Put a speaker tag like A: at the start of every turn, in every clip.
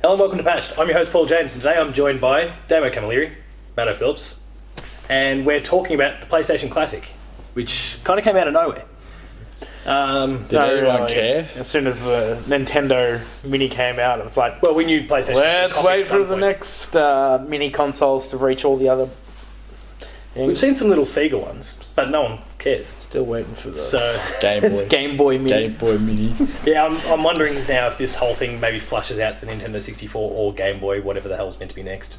A: Hello and welcome to Patched. I'm your host Paul James, and today I'm joined by Damo Camilleri, Matt Phillips, and we're talking about the PlayStation Classic, which kind of came out of nowhere. Um,
B: Did anyone care?
C: As soon as the Nintendo Mini came out, it was like,
A: well, we knew PlayStation.
C: let's
A: copied
C: wait
A: at some
C: for the
A: point.
C: next uh, mini consoles to reach all the other.
A: We've
C: Things.
A: seen some little Sega ones, but no one cares.
C: Still waiting for the
A: So
B: Game Boy.
C: Game Boy Mini.
B: Game Boy Mini.
A: yeah, I'm, I'm wondering now if this whole thing maybe flushes out the Nintendo 64 or Game Boy, whatever the hell's meant to be next.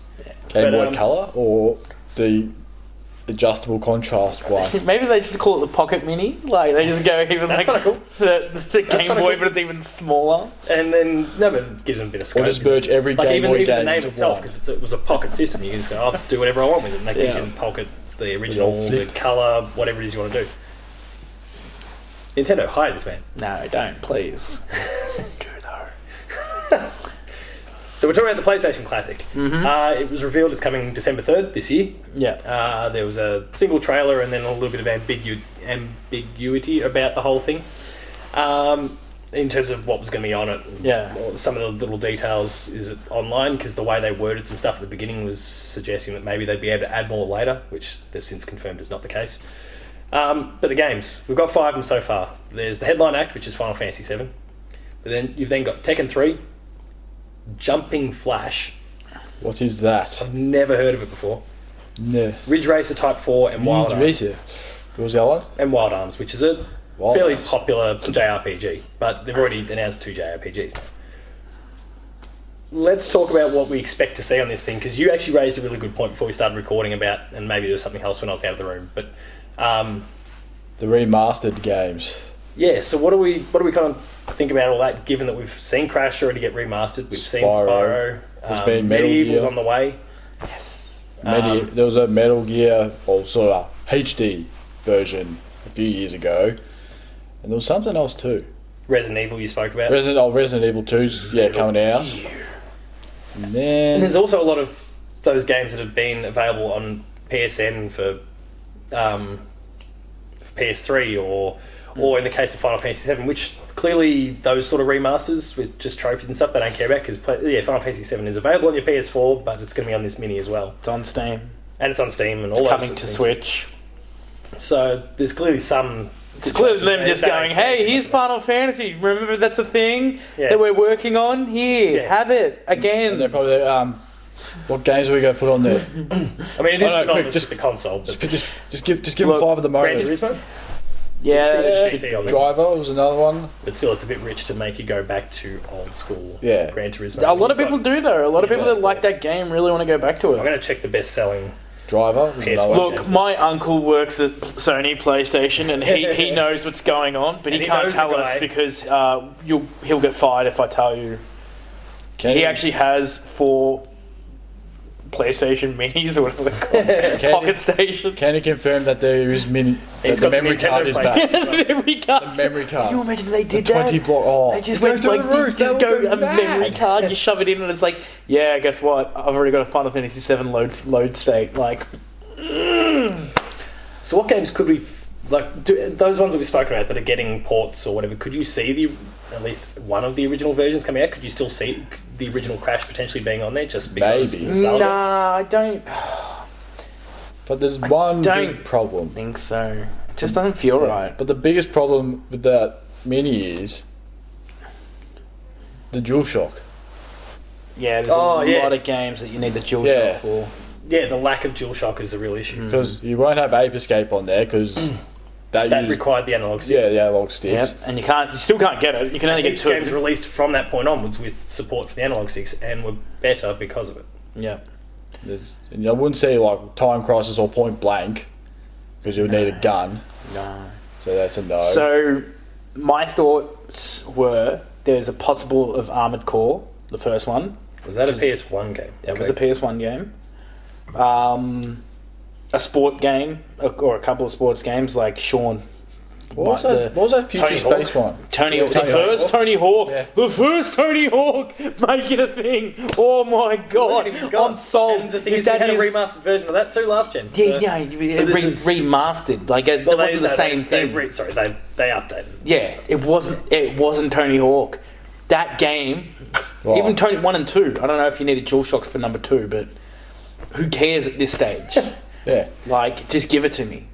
A: But,
B: Game Boy
A: um,
B: Color or the adjustable contrast one.
C: Maybe they just call it the Pocket Mini. Like they just go even
A: That's kinda
C: like
A: cool.
C: the, the Game
A: kinda
C: Boy,
A: cool.
C: but it's even smaller.
A: And then no, but it gives them a bit of scope.
B: Or just merge every
A: like
B: Game
A: even,
B: Boy
A: even the
B: game
A: name
B: into
A: itself
B: one.
A: because it was a pocket system. You can just go, I'll do whatever I want with it. And that gives
C: Yeah.
A: you the pocket, the original, the
B: flip.
A: color, whatever it is you want to do. Nintendo, hire this man.
C: No, don't please. Do though.
A: So we're talking about the PlayStation Classic.
B: Mm-hmm.
A: Uh, it was revealed it's coming December third this year.
C: Yeah.
A: Uh, there was a single trailer and then a little bit of ambigu- ambiguity about the whole thing um, in terms of what was going to be on it.
C: Yeah.
A: Or Some of the little details is it online because the way they worded some stuff at the beginning was suggesting that maybe they'd be able to add more later, which they've since confirmed is not the case. Um, but the games, we've got five of them so far. There's the headline act, which is Final Fantasy VII. But then you've then got Tekken 3, Jumping Flash.
B: What is that?
A: I've never heard of it before.
B: No.
A: Ridge Racer Type 4 and Wild
B: Wild
A: Arms.
B: Racer. What was the other one?
A: and Wild Arms, which is a
B: Wild
A: fairly
B: Arms.
A: popular JRPG, but they've already announced two JRPGs now. Let's talk about what we expect to see on this thing because you actually raised a really good point before we started recording about, and maybe there was something else when I was out of the room, but um,
B: The remastered games.
A: yeah. So what do we what do we kind of think about all that? Given that we've seen Crash already get remastered, we've seen Spyro,
B: Spyro. There's
A: um,
B: been Metal
A: Medieval's
B: Gear.
A: on the way.
C: Yes.
B: Medi-
A: Um,
B: there was a Metal Gear, or sort of HD version a few years ago. And there was something else too.
A: Resident Evil you spoke about.
B: Resident, oh, Resident Evil 2's, yeah, coming out. And then.
A: And there's also a lot of those games that have been available on PSN for, um, for PS3 or
C: Hmm.
A: or in the case of Final Fantasy VII, which clearly those sort of remasters with just trophies and stuff they don't care about because yeah, Final Fantasy VII is available on your PS4, but it's going to be on this mini as well,
C: It's on Steam.
A: and it's on Steam and all
C: It's
A: those
C: coming
A: sorts
C: to
A: of
C: Switch.
A: things. So there's clearly some.
C: It's clearly them
A: They-
C: just
A: they don't
C: going,
A: care
C: hey,
A: too
C: here's
A: much.
C: Final Fantasy. Remember that's a thing
A: Yeah.
C: that we're working on? Here,
A: Yeah.
C: have it again.
B: And they're probably um, what games are we going to put on there?
A: I mean, it
B: Oh,
A: is
B: no,
A: synonymous
B: quick,
A: with
B: just-
A: the console. But
B: Just, just, just give, just give
C: Look,
B: them five at the
A: Gran
B: moment.
A: Turismo,
C: yeah,
A: it's
C: that
A: easy
C: should-
A: to on there.
B: Driver was another one.
A: but still, it's a bit rich to make you go back to old school.
B: Yeah.
A: Gran Turismo.
C: a lot of
A: You've got-
C: people do though. A lot of people that
A: Yeah.
C: like that game really want to go back to
A: I'm
C: it.
A: going to check the best selling.
B: Driver was
A: Yes,
B: another
A: look.
B: one.
C: Look, my uncle works at Sony PlayStation, and he, he knows what's going on, but he,
A: And he
C: can't
A: knows
C: tell
A: the
C: us
A: guy.
C: because uh, you'll he'll get fired if I tell you.
B: Can
C: He actually has four PlayStation Minis or whatever
B: Can-
C: they're called, pocket station.
B: can you confirm that there is mini? That
A: He's
B: the
A: got the
B: memory
A: Nintendo
B: card is back.
C: memory card.
B: memory card.
C: Can you imagine they did that?
B: Twenty block. Oh,
C: They just
B: Go
C: went
B: through
C: like
B: the
C: you
B: roof,
C: just
B: that
C: go
B: would
C: a
B: be mad.
C: memory card, you shove it in, and it's like, yeah, guess what? I've already got a Final Fantasy VII load load state. Like,
A: So what games could we like? Do, those ones that we've spoken about that are getting ports or whatever. Could you see the at least one of the original versions coming out? Could you still see the original Crash potentially being on there just because
B: Maybe.
A: nostalgia?
C: nah, I don't
B: But there's one
C: don't-
B: big problem.
C: think so. It just doesn't feel right.
B: But the biggest problem with that mini is the DualShock.
C: Yeah, there's
A: Oh,
C: a
A: yeah.
C: lot of games that you need the DualShock
B: Yeah.
C: for.
A: Yeah, the lack of DualShock is a real issue.
C: Mm.
B: because you won't have Ape Escape on there because that,
A: That
B: used,
A: required the analog stick.
B: yeah the analog sticks.
C: Yep, and you can't, you still can't get it. You can only get
A: Each
C: two.
A: games released from that point onwards with support for the analog sticks and were better because of it.
C: yeah,
B: There's- And I wouldn't say like Time Crisis or Point Blank because you'll need a gun.
C: no.
B: So that's a no.
C: So, my thoughts were there's a possible of Armored Core, the first one.
A: Was that a PS1 game?
C: That was a PS1 game. Um, a sport game, or a couple of sports games like Sean.
B: what, was
C: Like
B: that,
C: the
B: what was that future
C: Tony
B: space
C: Hawk?
B: one?
C: Tony, Hawk, the
B: Tony Hawk.
C: first Tony Hawk,
B: Yeah.
C: the first Tony Hawk, make it a thing. Oh my god, I'm sold.
A: And the thing
C: If
A: is, we
C: that
A: had a
C: is-
A: remastered version of that too last gen.
C: Yeah, yeah,
A: so-
C: it-
A: so
C: it
A: this
C: re-
A: is-
C: remastered. Like it,
A: Well,
C: it wasn't
A: they- they-
C: the same
A: they
C: thing.
A: re- sorry, they they updated.
C: yeah, it wasn't. It wasn't Tony Hawk. That game
B: Well,
C: Even Tony one and two. I don't know if you needed DualShocks for number two, but who cares at this stage?
B: yeah.
C: like, just give it to me.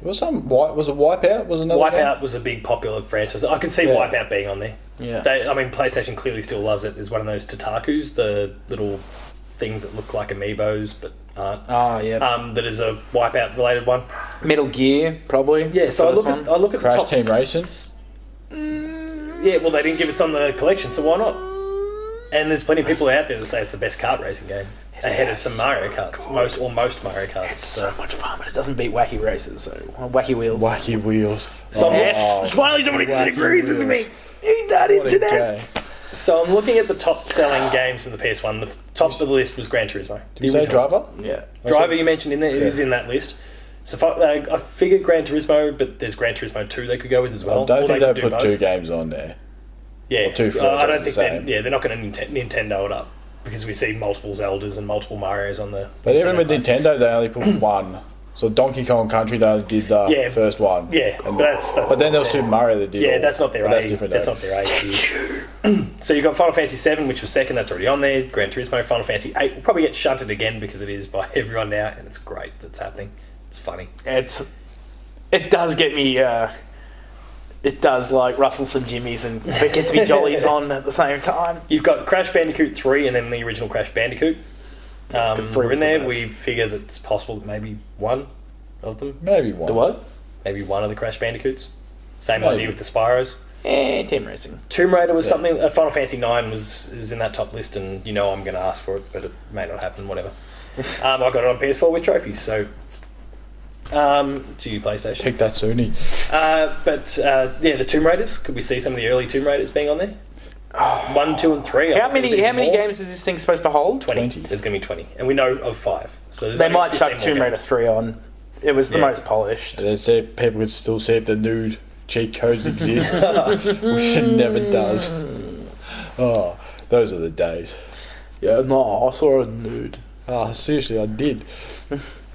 B: There was some wipe. Was it Wipeout? Was another game?
A: Wipeout was a big popular franchise. I can see
B: Yeah.
A: Wipeout being on there.
C: Yeah.
A: They, I mean, PlayStation clearly still loves it. There's one of those Tatakus, the little things that look like amiibos but aren't.
C: oh yeah.
A: Um, that is a Wipeout related one.
C: Metal Gear probably.
A: Yeah, so I
C: First
A: look at
C: one.
A: I look at
B: Crash
A: the top
B: Team Racing?
A: s- Mm, yeah, well, they didn't give us on the collection, so why not? And there's plenty of people out there that say it's the best kart racing game ahead of
C: is
A: some
C: so
A: Mario Karts, most or most Mario Karts.
C: so
A: So.
C: much fun, but it doesn't beat Wacky Races. So Wacky Wheels.
B: Wacky wheels. Oh,
A: So-
C: Yes, Smiley's the one who
B: Wacky
C: agrees with me.
B: Wheels.
C: He
B: What
C: got
B: a
C: into that.
B: game.
A: So I'm looking at the top selling games in the PS1. The f- top of the list was Gran Turismo.
B: Did you say driver?
C: Yeah.
A: Driver you mentioned in there it is
B: Yeah.
A: in that list. So if I, uh, I figured Gran Turismo, but there's Gran Turismo two they could go with as well.
B: I don't
A: Or
B: think
A: could do
B: they put
A: both.
B: two games on there.
A: Yeah,
B: two
A: Uh, I don't
B: franchises the
A: think
B: same.
A: they. Yeah, they're not going to Nintendo it up because we see multiple Zeldas and multiple Mario's on the.
B: But even with
A: classics.
B: Nintendo, they only put one. So Donkey Kong Country, they only did the
A: Yeah.
B: first one.
A: Yeah, but that's that's.
B: But then there
A: not
B: was
A: their-
B: Super Mario that did.
A: Yeah,
B: all-
A: that's not their
B: but
A: age.
B: That's different.
A: that's
B: though.
A: not their age. so you've got Final Fantasy VII, which was second. That's already on there. Gran Turismo, Final Fantasy VIII will probably get shunted again because it is by everyone now, and it's great that's happening. It's funny.
C: It's it does get me. Uh, it does like Russell some jimmies and it gets me jollies on at the same time.
A: You've got Crash Bandicoot 3 and then the original Crash Bandicoot. Um,
C: 'cause three
A: we're in
C: was the
A: there.
C: best.
A: We figure that it's possible that maybe one of them,
B: Maybe one.
C: The what?
A: maybe one of the Crash Bandicoots. Same
B: Maybe.
A: idea with the Spyros.
C: Eh, team racing.
A: Tomb Raider was
B: Yeah.
A: something. Uh, Final Fantasy Nine was is in that top list, and you know I'm going to ask for it, but it may not happen. Whatever. um, I got it on PS4 with trophies, so um, to you PlayStation.
B: Take that, Sony.
A: Uh, but uh, yeah, the Tomb Raiders. Could we see some of the early Tomb Raiders being on there? One, two, and three. I
C: Oh. How
A: think there's
C: many?
A: even
C: How many
A: more.
C: games is this thing supposed to hold?
A: 20.
B: 20.
A: There's going to be 20. And we know of five. So
C: They might chuck Tomb Raider
A: three.
C: three on. It was the
A: Yeah.
C: most polished.
B: They see if people could still see if the nude cheat codes exists, which it never does. Oh, those are the days.
C: Yeah, no, I saw a nude.
B: Ah, seriously, I did.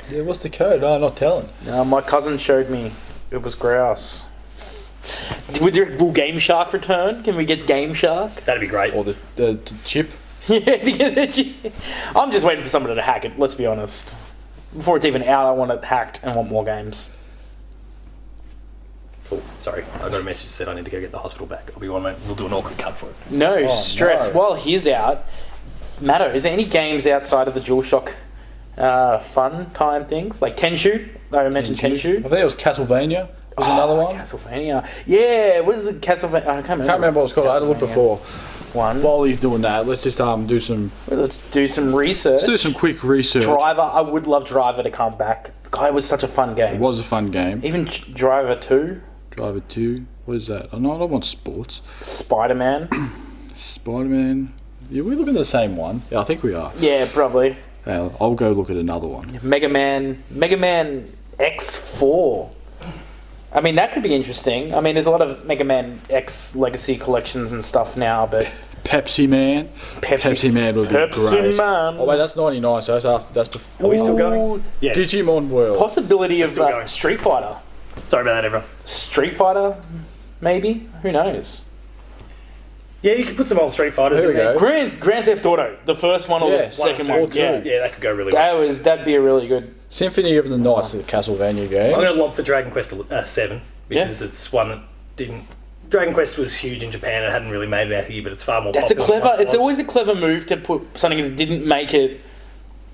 B: Yeah, what's the code? No, I'm not telling.
C: No, my cousin showed me. It was grouse. Would there, will Game Shark return? Can we get Game Shark?
A: That'd be great.
B: Or the, the, the chip.
C: Yeah, because it- I'm just waiting for someone to hack it. Let's be honest. Before it's even out, I want it hacked and want more games.
A: Cool. Sorry, I got a message that said I need to go get the hospital back. I'll be one moment. We'll do an awkward cut for it.
C: Oh, No stress.
B: no.
C: While he's out, Matto, is there any games outside of the DualShock uh, fun time things like Tenshu? I mentioned
B: I
C: Tenshu.
B: think it was Ah, Castlevania. Was another one.
C: Castlevania. Yeah, what is it? Castlevania. I can't remember.
B: can't remember what it's called. I had a look
C: Castlevania
B: before.
C: One. Well,
B: While he's doing that, let's just um do some
C: let's do some research.
B: let's do some quick research.
C: Driver. I would love Driver to come back. God, it was such a fun
B: It
C: game.
B: was a fun game.
C: Even Ch- Driver Two,
B: Driver two. What is that? Oh, no, I don't want sports.
C: Spider Man.
B: Spider Man. Yeah, we're looking at the same one. Yeah, I think we are.
C: yeah, probably.
B: Hey, I'll I'll go look at another one.
C: Mega Man, Mega Man X4. I mean, that could be interesting. I mean, there's a lot of Mega Man X Legacy collections and stuff now, but
B: Pepsi Man.
C: Pepsi-
B: Pepsi, Man would be
C: Pepsi
B: great.
C: Man.
B: Oh wait, that's ninety nine. So that's after. That's before.
A: Are we still
C: Ooh,
A: going? Yes.
B: Digimon World.
C: possibility of
A: still
C: uh,
A: going.
C: Street Fighter.
A: Sorry about that, everyone.
C: Street Fighter, maybe. Who knows?
A: Yeah, you could put some old Street Fighters
B: There
A: in
B: we
A: there.
B: go.
C: Grand Grand Theft Auto, the first one or
B: Yeah,
C: the
B: one
C: second
A: and
C: one?
A: two.
B: or two.
C: Yeah.
A: Yeah, that could go really well.
C: That was that'd be a really good.
B: Symphony of the Nights, the Castlevania game.
A: I'm going to lob for Dragon Quest uh, 7 because it's one that didn't. Dragon Quest was huge in Japan and hadn't really made it out here, but it's far more
C: That's a
A: popular. than
C: clever.
A: once
C: It's
A: was.
C: always a clever move to put something that didn't make it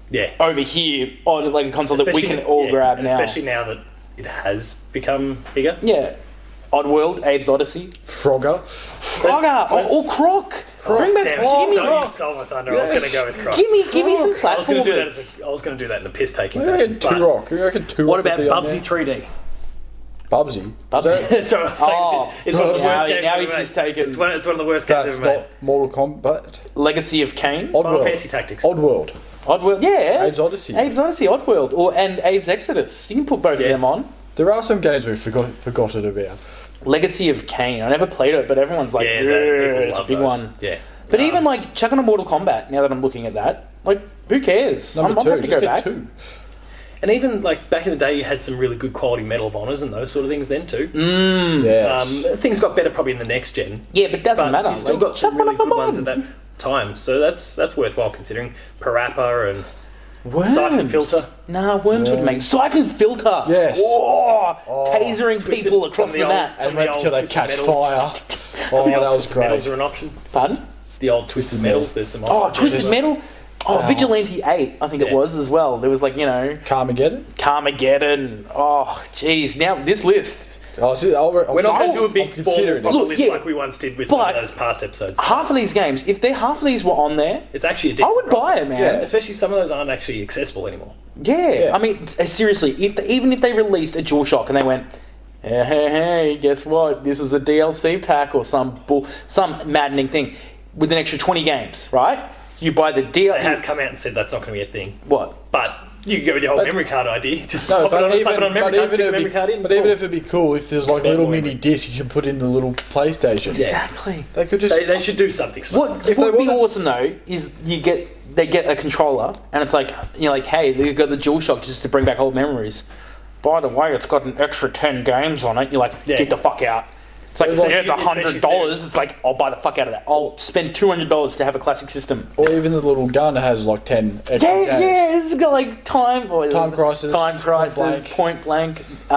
A: Yeah.
C: over here on like a console that we can all
A: yeah,
C: grab
A: and
C: now.
A: Especially now that it has become bigger.
C: Yeah. Oddworld, Abe's Odyssey.
B: Frogger.
C: Frogger!
A: That's-
C: Oh, or Croc! Bring back
A: Damn it, you,
C: Croc! Give me
A: stole, you
C: Croc!
A: stole my thunder. I was going to go with Croc.
C: Give me, give me some
A: I was going to do that.
C: platformers.
A: As a, I was going to do that in a piss taking
B: Who
A: fashion.
B: reckon Two
A: but-
B: Rock? Who reckon Two
A: What
B: Rock would
A: about
B: be on
A: Bubsy 3D?
B: there? Bubsy.
C: Bubsy.
A: That's what I was taking
C: Oh,
A: piss. It's one of the
B: now
A: worst
C: he-
A: games
C: now
A: ever
C: he's
A: made.
C: just taken-
A: It's one, it's one of the worst games
B: That's
A: ever made.
B: not Mortal Kombat.
C: Legacy of Kane.
A: Final
B: Oddworld.
A: Fantasy Tactics.
C: Oh,
B: Oddworld.
C: Oddworld, yeah.
B: Abe's Odyssey.
C: Abe's Odyssey, Oddworld. Or, and Abe's Exodus. You can put both
A: Yeah.
C: of them on.
B: There are some games we've forgot, forgotten about.
C: Legacy of Kane. I never played it, but everyone's like,
A: yeah,
C: "Yeah,
A: that, people
C: it's a
A: love
C: big
A: those.
C: one.
A: Yeah.
C: But even like, chuck on a Mortal Kombat now that I'm looking at that. Like, who cares?
B: Number
C: I'm, I'm
B: two.
C: happy to
B: just
C: go
B: get
C: back.
B: two.
A: And even like back in the day, you had some really good quality Medal of Honors and those sort of things then too.
C: Mm.
B: Yes.
A: Hmm. Um, things got better probably in the next gen.
C: Yeah, but it doesn't
A: But
C: matter.
A: you still
C: like,
A: got
C: chuck
A: some really
C: one of
A: good
C: them
A: ones
C: on.
A: at that. time. So that's that's worthwhile considering. Parappa and
C: Worms.
A: Siphon filter.
C: Nah, worms would make siphon filter.
B: Yes.
C: Whoa, tasering
A: twisted
C: people across the
A: somebody
C: map.
A: else.
B: and wait
A: old
B: till they
A: twisted
B: catch
A: metal.
B: fire. Oh,
A: the old
B: that was
A: twisted metals
B: great.
A: are an option.
C: Pardon?
A: The old twisted metals. There's some.
C: Oh,
A: options.
C: twisted metal. Oh, vigilante eight. I think it
A: Yeah.
C: was as well. There was like you know,
B: Carmageddon.
C: Carmageddon. Oh, jeez. Now this list.
B: Oh, see, I'll, I'll,
A: We're not going
C: Oh,
A: to do a big formal
B: I'm considering it.
A: proper
C: Look,
A: list
C: yeah,
A: like we once did with some of
C: but-
A: those past episodes.
C: Half of these games, if they half of these were on there,
A: It's actually a
C: I
A: decent
C: would buy it, man.
A: Especially some of those aren't actually accessible anymore.
C: Yeah.
B: Yeah.
C: I mean, t- seriously, if they, even if they released a DualShock and they went, hey, hey, hey, guess what? This is a DLC pack or some bull, some maddening thing with an extra twenty games, right? You buy the deal.
A: They have come out and said that's not going to be a thing.
C: what?
A: But you can go with your whole
B: But-
A: memory card idea. Just
B: No,
A: pop it on,
B: but
A: and slap
B: even,
A: it on a memory
B: but
A: card,
B: even,
A: stick a
B: it'd
A: memory
B: be,
A: card in.
B: but even
A: Cool.
B: if it'd be cool if there's like
A: got
B: a little
A: more
B: mini
A: memory.
B: disc you can put in the little PlayStation.
A: Yeah.
C: Exactly.
B: They could just
A: they, they should do something smart.
C: What
B: If they
C: would be
B: wanted-
C: awesome though is you get they get a controller and it's like you're like, hey, they got the DualShock just to bring back old memories. By the way, it's got an extra ten games on it. You're like,
A: Yeah.
C: get the fuck out. It's like, it's,
A: like,
C: yeah, it's
A: especially if
C: hundred dollars. It's like, I'll buy the fuck out of that. I'll spend two hundred dollars to have a classic system.
B: or even the little gun has like ten extra
C: Yeah,
B: games.
C: yeah, it's got like time, or
B: Time Crisis,
C: time crisis,
B: Point Blank.
C: point blank. Uh,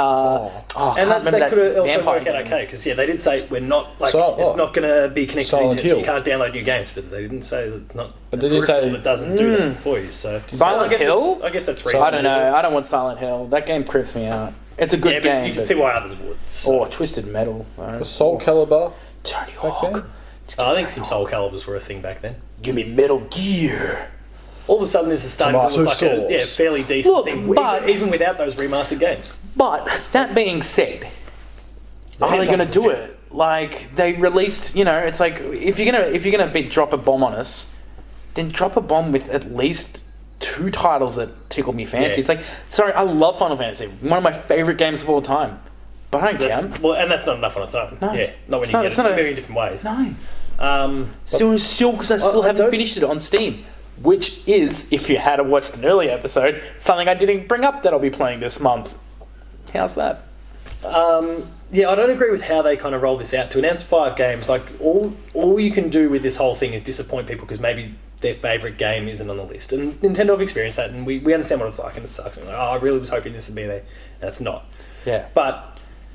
A: And
C: oh, I can't
A: that,
C: remember
A: that
C: that
A: could also
C: vampire
A: work out
C: game.
A: okay because yeah, they did say we're not like
B: Silent-
A: it's
B: oh.
A: not going to be connected to
B: Silent
A: internet, so you
B: Hill.
A: can't download new games. But they didn't say that it's not. But
B: they did say-
A: it doesn't do that for you. So
C: Hmm. Silent
A: I guess it's-
C: Hill?
A: I guess that's
B: I
A: reasonable.
C: I don't know. I don't want Silent Hill. That game creeps me out. It's a good
A: Yeah, but
C: game.
A: you can
C: but-
A: see why others would. So.
C: Or Oh, Twisted Metal. Though.
B: Soul Calibur.
C: Tony
B: then?
C: Hawk.
A: I think some Soul Calibers were a thing back then.
C: Give me Metal Gear.
A: All of a sudden, this is starting to
B: Tomato
A: look like a
B: sauce.
A: yeah, fairly decent
C: Look,
A: thing,
C: but-
A: even, even without those remastered games.
C: But that being said, are
A: Here's
C: they going
A: one
C: to do
A: suggestion.
C: it? Like they released, you know, it's like if you're gonna if you're gonna be, drop a bomb on us, then drop a bomb with at least two titles that tickle me fancy.
A: Yeah.
C: It's like, sorry, I love Final Fantasy, one of my favorite games of all time, but I don't
A: That's-
C: care.
A: Well, and that's not enough on its own.
C: No.
A: yeah, not when
C: It's
A: you
C: not-
A: get
C: it's
A: it
C: not
A: in
C: a-
A: a million different ways.
C: No,
A: Um,
C: still, still because I still
A: I
C: haven't
A: don't-
C: finished it on Steam. Which is, if you had watched an early episode, something I didn't bring up that I'll be playing this month. How's that?
A: um, yeah, I don't agree with how they kind of roll this out. To announce five games, like all all you can do with this whole thing is disappoint people because maybe their favorite game isn't on the list. And Nintendo have experienced that, and we, we understand what it's like, and it sucks. And like, oh, I really was hoping this would be there, and it's not.
C: Yeah.
A: But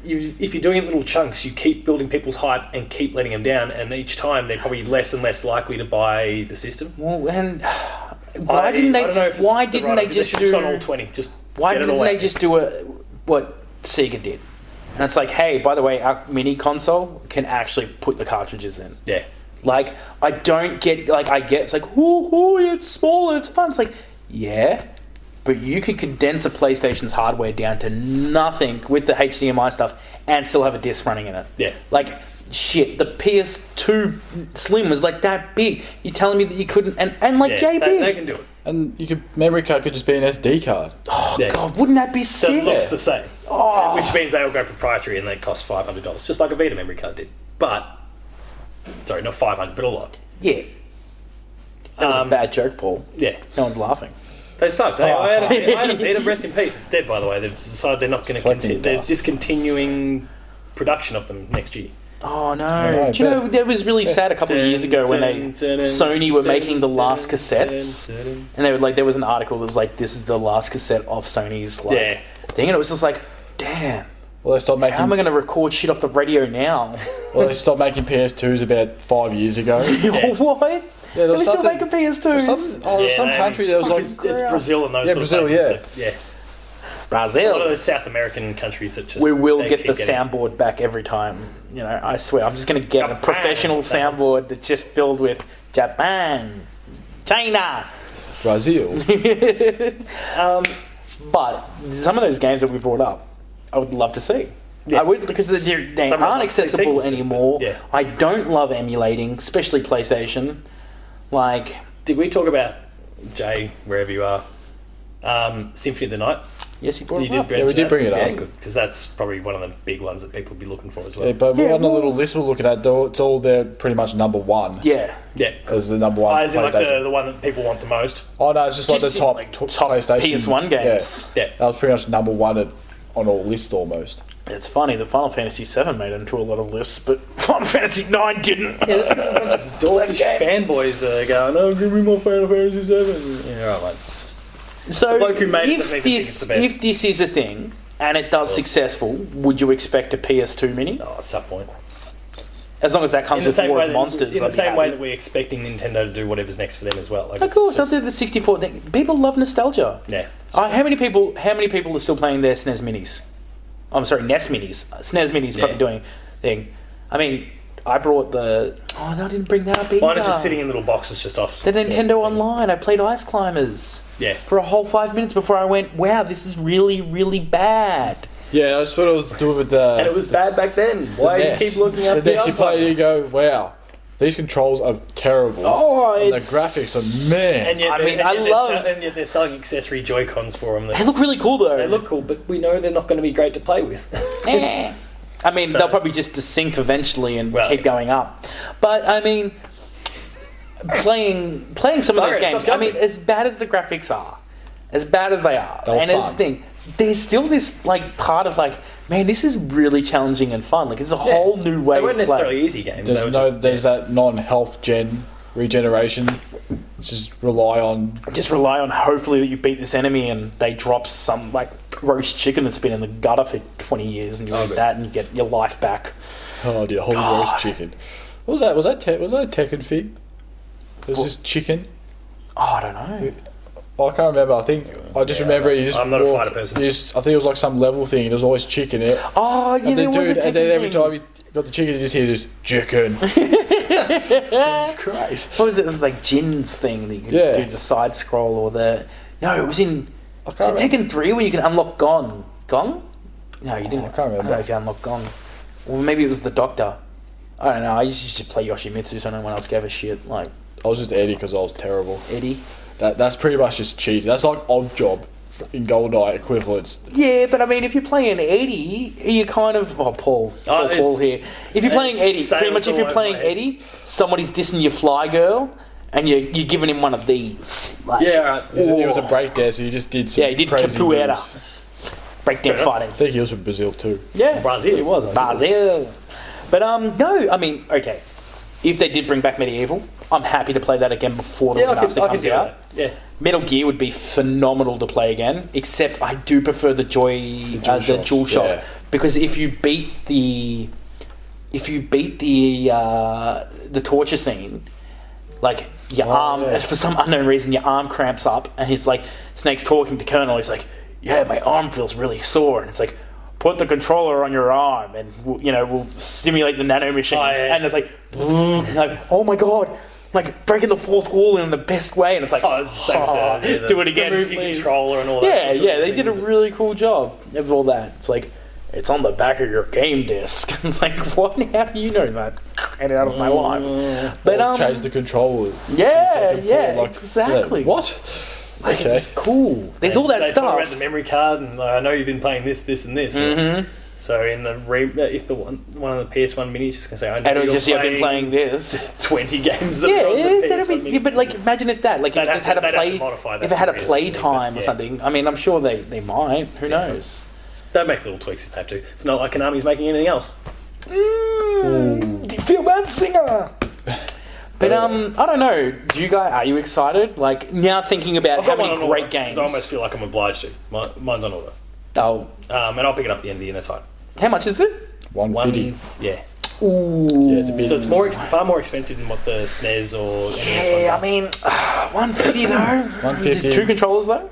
A: you, if you're doing it in little chunks, you keep building people's hype and keep letting them down, and each time they're probably less and less likely to buy the system.
C: Well, and why didn't they?
A: I don't know if it's
C: why
A: the
C: didn't
A: right
C: they
A: idea.
C: just
A: should've
C: do?
A: gone all twenty? Just
C: why
A: get it
C: didn't
A: all
C: they
A: out.
C: just do a, what Sega did? And it's like, hey, by the way, our mini console can actually put the cartridges in.
A: yeah?
C: Like, I don't get. Like, I get it's like, hoo hoo, it's small, it's fun. It's like, yeah, but you could condense a PlayStation's hardware down to nothing with the HDMI stuff, and still have a disc running in it.
A: Yeah.
C: Like, shit, the PS2 Slim was like that big. You're telling me that you couldn't? And and like
A: Yeah,
C: JB,
A: They, they can do it.
B: And you could memory card could just be an SD card.
C: Oh
A: Yeah.
C: god, wouldn't that be
A: So
C: sick?
A: it looks the same,
C: Oh.
A: which means they all go proprietary and they cost five hundred dollars, just like a Vita memory card did. But sorry, not five hundred, but a lot.
C: yeah. That was
A: Um,
C: a bad joke, Paul.
A: Yeah,
C: No one's laughing.
A: they sucked.
B: Oh.
A: Hey, I, had a, I had a Vita, rest in peace. It's dead, by the way. They've decided they're not going to
B: collecting
A: continue. They're
B: dust.
A: discontinuing production of them next year.
C: Oh no!
B: no,
C: Do you know
B: but-
C: that was really sad a couple of years ago when they
A: Dun, dun, dun,
C: Sony were
A: dun,
C: making the
A: dun,
C: last
A: dun,
C: cassettes,
A: dun, dun.
C: and they were like, there was an article that was like, this is the last cassette of Sony's like
A: Yeah.
C: thing, and it was just like, damn,
B: Well, they stopped making.
C: how am I going to record shit off the radio now?
B: well, they stopped making PS2s about five years ago.
C: what?
B: Yeah, there
C: They
B: was
C: still
B: something-
C: making PS2s.
B: Some, oh,
A: Yeah,
B: some
A: they-
B: country that was like
A: it's, it's Brazil and those
B: Yeah,
A: sort of
B: Brazil,
A: places that- yeah.
C: Brazil.
A: one of those South American countries that just
C: we will
A: they
C: get
A: keep
C: the
A: getting-
C: soundboard back every time. You know, I swear, I'm just going to get a
A: Japan.
C: professional soundboard that's just filled with Japan, China.
B: Brazil.
A: Um,
C: But some of those games that we brought up, I would love to see.
A: Yeah.
C: I would because they're, they're, they
A: Some
C: are
A: of
C: not
A: them, they
C: accessible
A: sequels to them,
C: anymore.
A: yeah.
C: I don't love emulating, especially PlayStation. Like,
A: did we talk about Jay wherever you are? Um, Symphony of the Night.
C: yes, you brought
A: You
C: it
A: did
C: up.
A: bring
B: Yeah, we
A: to
B: did
A: that?
B: bring it
A: Yeah,
B: up.
A: good, because that's probably one of the big ones that people would be looking for as well.
B: Yeah, but
C: Yeah,
B: on the
C: well-
B: little list we're looking at, though, it's all there pretty much number one.
C: Yeah,
A: yeah.
B: As the number one.
A: Oh, is it like the,
B: PlayStation.
A: the one that people want the most?
B: oh no, it's just, like
C: Just
B: the top,
C: like
B: tw-
C: top
B: PlayStation
C: PS1 games.
B: Yeah.
A: Yeah.
B: That was pretty much number one at, on all lists almost.
C: It's funny that Final Fantasy VII made it into a lot of lists, but Final Fantasy IX didn't.
A: Yeah, that's 'cause a bunch of dawkish fanboys are going, oh, give me more Final Fantasy 7. Yeah, right, mate.
C: So,
A: The bloke who made it
C: if
A: doesn't even think it's
C: this
A: the best.
C: if this is a thing and it does successful, would you expect a PS2 mini?
A: Oh, it's that point.
C: As long as that comes
A: In the
C: with
A: same,
C: War
A: way
C: of
A: that,
C: Monsters,
A: in the
C: I'd be
A: same way
C: happy.
A: that we're expecting Nintendo to do whatever's next for them as well. Like,
C: Of
A: it's
C: course,
A: just-
C: after the 64, thing, people love nostalgia.
A: Yeah.
C: Uh, how many people? How many people are still playing their SNES minis? I'm sorry, NES minis. SNES minis
A: Yeah.
C: probably doing thing. I mean, I brought the. Oh no, I didn't bring that up either.
A: Mine are just sitting in little boxes just off.
C: The Nintendo Online. I played Ice Climbers
A: Yeah.
C: for a whole five minutes before I went. Wow, this is really, really bad.
B: Yeah, that's what I was doing with the.
A: And it was bad back then. Why do you
B: NES.
A: keep looking up
B: the
A: the
B: NES you
A: Xbox?
B: play, you go, wow, these controls are terrible.
C: Oh,
B: and the
C: it's-
B: graphics are man.
A: And yet,
C: I
A: they're-
C: mean,
A: and
C: I
A: yet they're
C: love-
A: sell- and yet they're selling accessory Joy Cons for them.
C: They look really cool though.
A: They look cool, but we know they're not going to be great to play with.
C: Eh. I mean,
A: So-
C: they'll probably just desync eventually and
A: Well,
C: keep
A: yeah.
C: going up. But I mean, playing playing some of those
A: Sorry, stop
C: games. I mean,
A: jumping.
C: as bad as the graphics are, as bad as they are,
B: They were
C: and as
B: fun.
C: thing, there's still this like part of like, man, this is really challenging and fun. Like it's a whole new way.
A: They weren't
C: of play.
A: necessarily easy games.
B: there's
A: they were
B: no,
A: just,
B: there's that non-health gen regeneration. Just rely on.
C: Just rely on hopefully that you beat this enemy and they drop some like roast chicken that's been in the gutter for 20 years and you eat
A: but-
C: that and you get your life back.
B: Oh dear, holy roast chicken. What was that? Was that te- was that a Tekken fig? It was just chicken.
C: Oh, I don't know.
B: I can't remember. I think I just remember you just.
A: I'm not a
B: walk-
A: fighter person.
B: you just- I think it was like some level thing. and It was always chicken. in It.
C: Oh, yeah,
B: and
C: there
B: then,
C: was a
B: dude, and then
C: Tekken
B: every
C: thing.
B: time you got the chicken, you just hear this chicken. Great.
C: What was it? It was like Jin's thing that you could
B: Yeah.
C: do the side scroll or the. No, it was in. Was it
B: can't remember.
C: Tekken 3 where you could unlock Gong? Gong? No, you didn't.
B: I can't
C: I don't know
B: remember.
C: if you unlocked Gong. Or maybe it was the Doctor. I don't know. I just used to play Yoshimitsu so no one else gave a shit. Like,
B: I was just Eddie because I was terrible.
C: Eddie.
B: That that's pretty much just cheating. That's like odd job in Goldeneye equivalents.
C: Yeah, but I mean, if you're playing Eddie, you kind of oh Paul,
A: Oh,
C: Paul, Paul
A: it's-
C: here. If you're playing
A: it's
C: Eddie, pretty
A: sales
C: much if you're
A: all
C: playing
A: over my head.
C: Eddie, somebody's dissing your fly girl, and you you're giving him one of these. Like,
A: yeah, right.
B: It was, it was a
C: Oh.
B: breakdance. So he just did some.
C: yeah, he did
B: crazy
C: capoeira,
B: moves.
C: breakdance
A: Fair enough.
C: fighting.
B: I think he was from Brazil too.
C: Yeah,
A: Brazil.
C: It was Brazil. But um, no, I mean, okay. If they did bring back Medieval, I'm happy to play that again before the
A: Yeah, I could,
C: remaster
A: I could
C: comes
A: do
C: out.
A: that. Yeah.
C: Metal Gear would be phenomenal to play again, except I do prefer the Joy, uh, the
B: DualShock,
C: Dual Shock,
B: yeah.
C: because if you beat the, if you beat the uh, the torture scene, like your
B: Oh,
C: arm
B: yeah.
C: for some unknown reason your arm cramps up, and he's like Snake's talking to Colonel, he's like, yeah, my arm feels really sore, and it's like. Put the controller on your arm, and we'll, you know we'll stimulate the nano machines.
A: Oh, yeah.
C: And it's like, like, oh my god, like breaking the fourth wall in the best way. And it's like,
A: Oh, it's the same
C: Oh,
A: with the- the-
C: do it again.
A: Remove your
C: please.
A: controller and all that.
C: Yeah,
A: sorts of
C: yeah, they did a
A: things.
C: really cool job of all that. It's like it's on the back of your game disc. it's like what? How do you know that? Get out of my life.
B: Mm.
C: But
B: Or
C: um,
B: change the controller.
C: yeah,
B: Second
C: yeah,
B: forward, like,
C: exactly.
B: like, what?
C: Like,
B: Okay.
C: It's cool. There's all that
A: they
C: stuff. Mm-hmm.
A: Talk about the memory card, and like, I know you've been playing this, this, and this. So in the re- uh, if the one one of the PS1 minis just gonna say, I know
C: and it
A: you're
C: was just yeah, I've been playing this.
A: twenty games. That
C: Yeah,
A: are on
C: yeah,
A: the PS1
C: that'd be,
A: mini.
C: yeah, but like imagine if that, like if
A: They'd
C: it just
A: have to-
C: had
A: they'd
C: a
A: have to
C: play,
A: modify that
C: if it had a
A: to
C: play
A: realistically, but
C: time or
A: yeah.
C: something. I mean, I'm sure they, they might. Who knows?
A: they make little tweaks if they have to. It's not like Konami's making anything else.
C: Do you feel that singer? But um, I don't know. Do you guys are you excited? Like now thinking about
A: I've
C: how
A: got mine
C: many
A: on order,
C: great
A: 'cause
C: games.
A: I almost feel like I'm obliged to. Mi- mine's on order,
C: Oh,
A: um, and I'll pick it up at the end of the year. That's fine.
C: how much is it?
B: One
A: One,
B: fifty.
A: yeah.
C: Ooh,
B: Yeah, it's a bit.
A: So it's more ex- far more expensive than what the SNES or NES ones
C: Yeah,
A: are.
C: I mean, one fifty though. One
B: 150.
C: Two controllers though.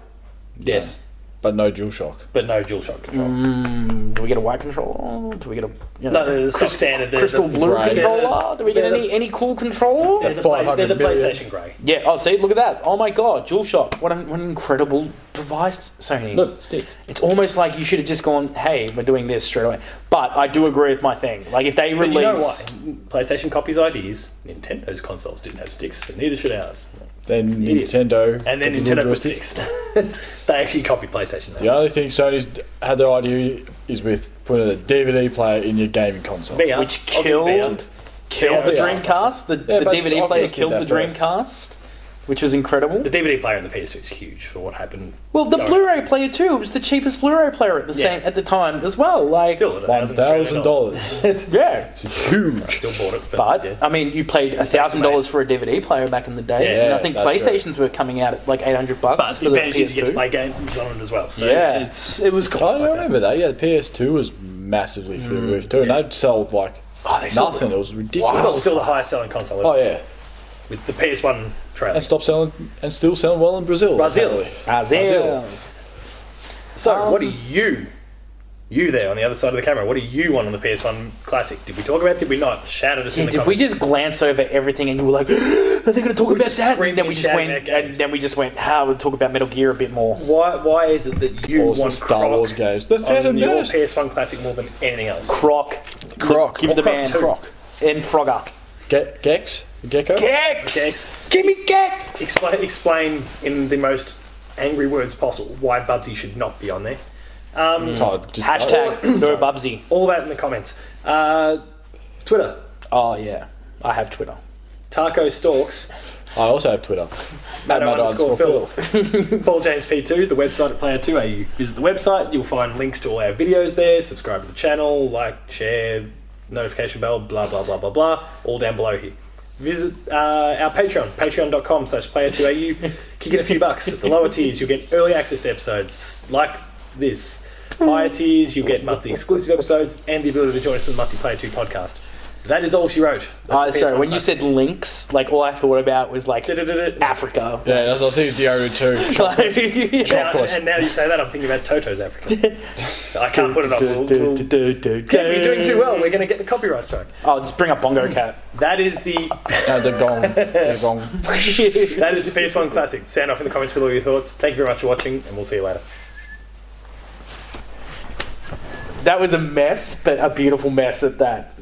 A: yes,
B: but no DualShock.
A: but no DualShock control.
C: Mm, do we get a white controller? Do we get a you know,
A: No, they're the stock standard. They're
C: crystal
A: the,
C: blue
B: Right.
C: controller? Do we get
A: Yeah, the-
C: any any cool controller?
A: They're the, play, they're the
B: 500 million.
A: PlayStation grey.
C: Yeah. Oh, see, look at that. Oh my God, DualShock. What an, what an incredible device, Sony.
B: sticks.
C: It's almost like you should have just gone, "Hey, we're doing this straight away." But I do agree with my thing. Like if they
A: But
C: release,
A: you know what? PlayStation copies ideas. Nintendo's consoles didn't have sticks, and neither should ours.
B: Then
A: Idiots.
B: Nintendo.
A: And then
B: got
A: Nintendo
B: the little
A: put
B: joystick.
A: sticks. they actually copied PlayStation.
B: The only thing Sony's d- had the idea is with putting a DVD player in your gaming console.
A: VR,
C: which
A: I'll be
C: killed,
A: bound.
C: killed the
B: Yeah.
C: Dreamcast. The, the
B: but
C: DVD player
B: Oculus did
C: killed the
B: that first.
C: Dreamcast. which was incredible.
A: The DVD player and the PS2 is huge for what happened.
C: Well, the
A: No,
C: Blu-ray player too was the cheapest Blu-ray player at the
A: Yeah.
C: same at the time as well. Like,
A: Still at
B: One thousand dollars.
C: yeah.
B: Huge.
A: Still bought it, but,
C: But
A: yeah.
C: I mean, you paid a thousand dollars
A: mate.
C: for a DVD player back in the day,
A: Yeah,
C: and I think
B: that's right.
C: PlayStations were coming out at like eight hundred bucks
A: But
C: for
A: the
C: the
A: advantage is you get to
C: PS2.
A: play games on it as well. So
C: Yeah.
A: it's it was Mm. cool.
B: I
A: like
B: remember that. Yeah, the PS2 was massively through the roof too, and they'd sell like
C: Oh, they sold
B: nothing. It was
A: that. Well,
B: ridiculous.
A: still the highest selling console. ever.
B: Oh yeah,
A: With the PS1 trailer.
B: and stopped selling, and still selling well in Brazil.
A: Brazil.
B: apparently.
C: Brazil.
A: So,
C: Um,
A: what do you, you there on the other side of the camera, what do you want on the PS1 Classic? Did we talk about it? Did we not? Shout at us in the
C: Did we
A: comments.
C: just glance over everything and you were like, "Are they going to talk about
A: just
C: that?"
A: screaming
C: And then we
A: and
C: just
A: shouting
C: went,
A: at games.
C: and then we just went, "How we'll talk about Metal Gear a bit more."
A: why, why is it that you
B: Awesome
A: want
B: Star
A: Croc
B: Wars games. The
A: on
B: Phantom
A: your
B: Menace.
A: PS1 Classic more than anything else?
C: Croc,
B: Croc.
C: give me the
A: Croc
C: man,
A: too.
C: Croc, and Frogger.
B: Ge- Gex. Gecko.
C: Gex,
A: Gex.
C: give me Gex.
A: Explain, explain in the most angry words possible why Bubsy should not be on there. Um,
B: Oh, just-
C: Hashtag no Bubsy.
A: All that in the comments. Uh, Twitter,
C: Oh yeah, I have Twitter.
A: Taco Stalks,
B: I also have Twitter. Matt
A: Maddo
B: Maddo
A: underscore
B: underscore
A: Phil. Paul James P2, the website at Player2AU. Visit the website, you'll find links to all our videos there, subscribe to the channel, like, share, notification bell, blah, blah, blah, blah, blah, all down below here. Visit uh, our Patreon, patreon.com slash player2au. Kick in a few bucks. At the lower tiers, you'll get early access to episodes like this. Higher tiers, you'll get monthly exclusive episodes and the ability to join us in the monthly Player 2 podcast. That is all she wrote.
C: Uh, sorry, when you said links, like all I thought about was like Africa.
B: Yeah, that's what I think. Diario two.
A: Now-
B: course.
A: and now you say that, I'm thinking about Toto's Africa. I can't put it on. We'll, we'll, if you're doing too well, we're going to get the copyright strike.
C: Oh, just bring up Bongo Cat.
A: That is the
B: No, the gong. The gong.
A: that is the PS1 classic. Sound off in the comments below your thoughts. Thank you very much for watching, and we'll see you later.
C: That was a mess, but a beautiful mess at that.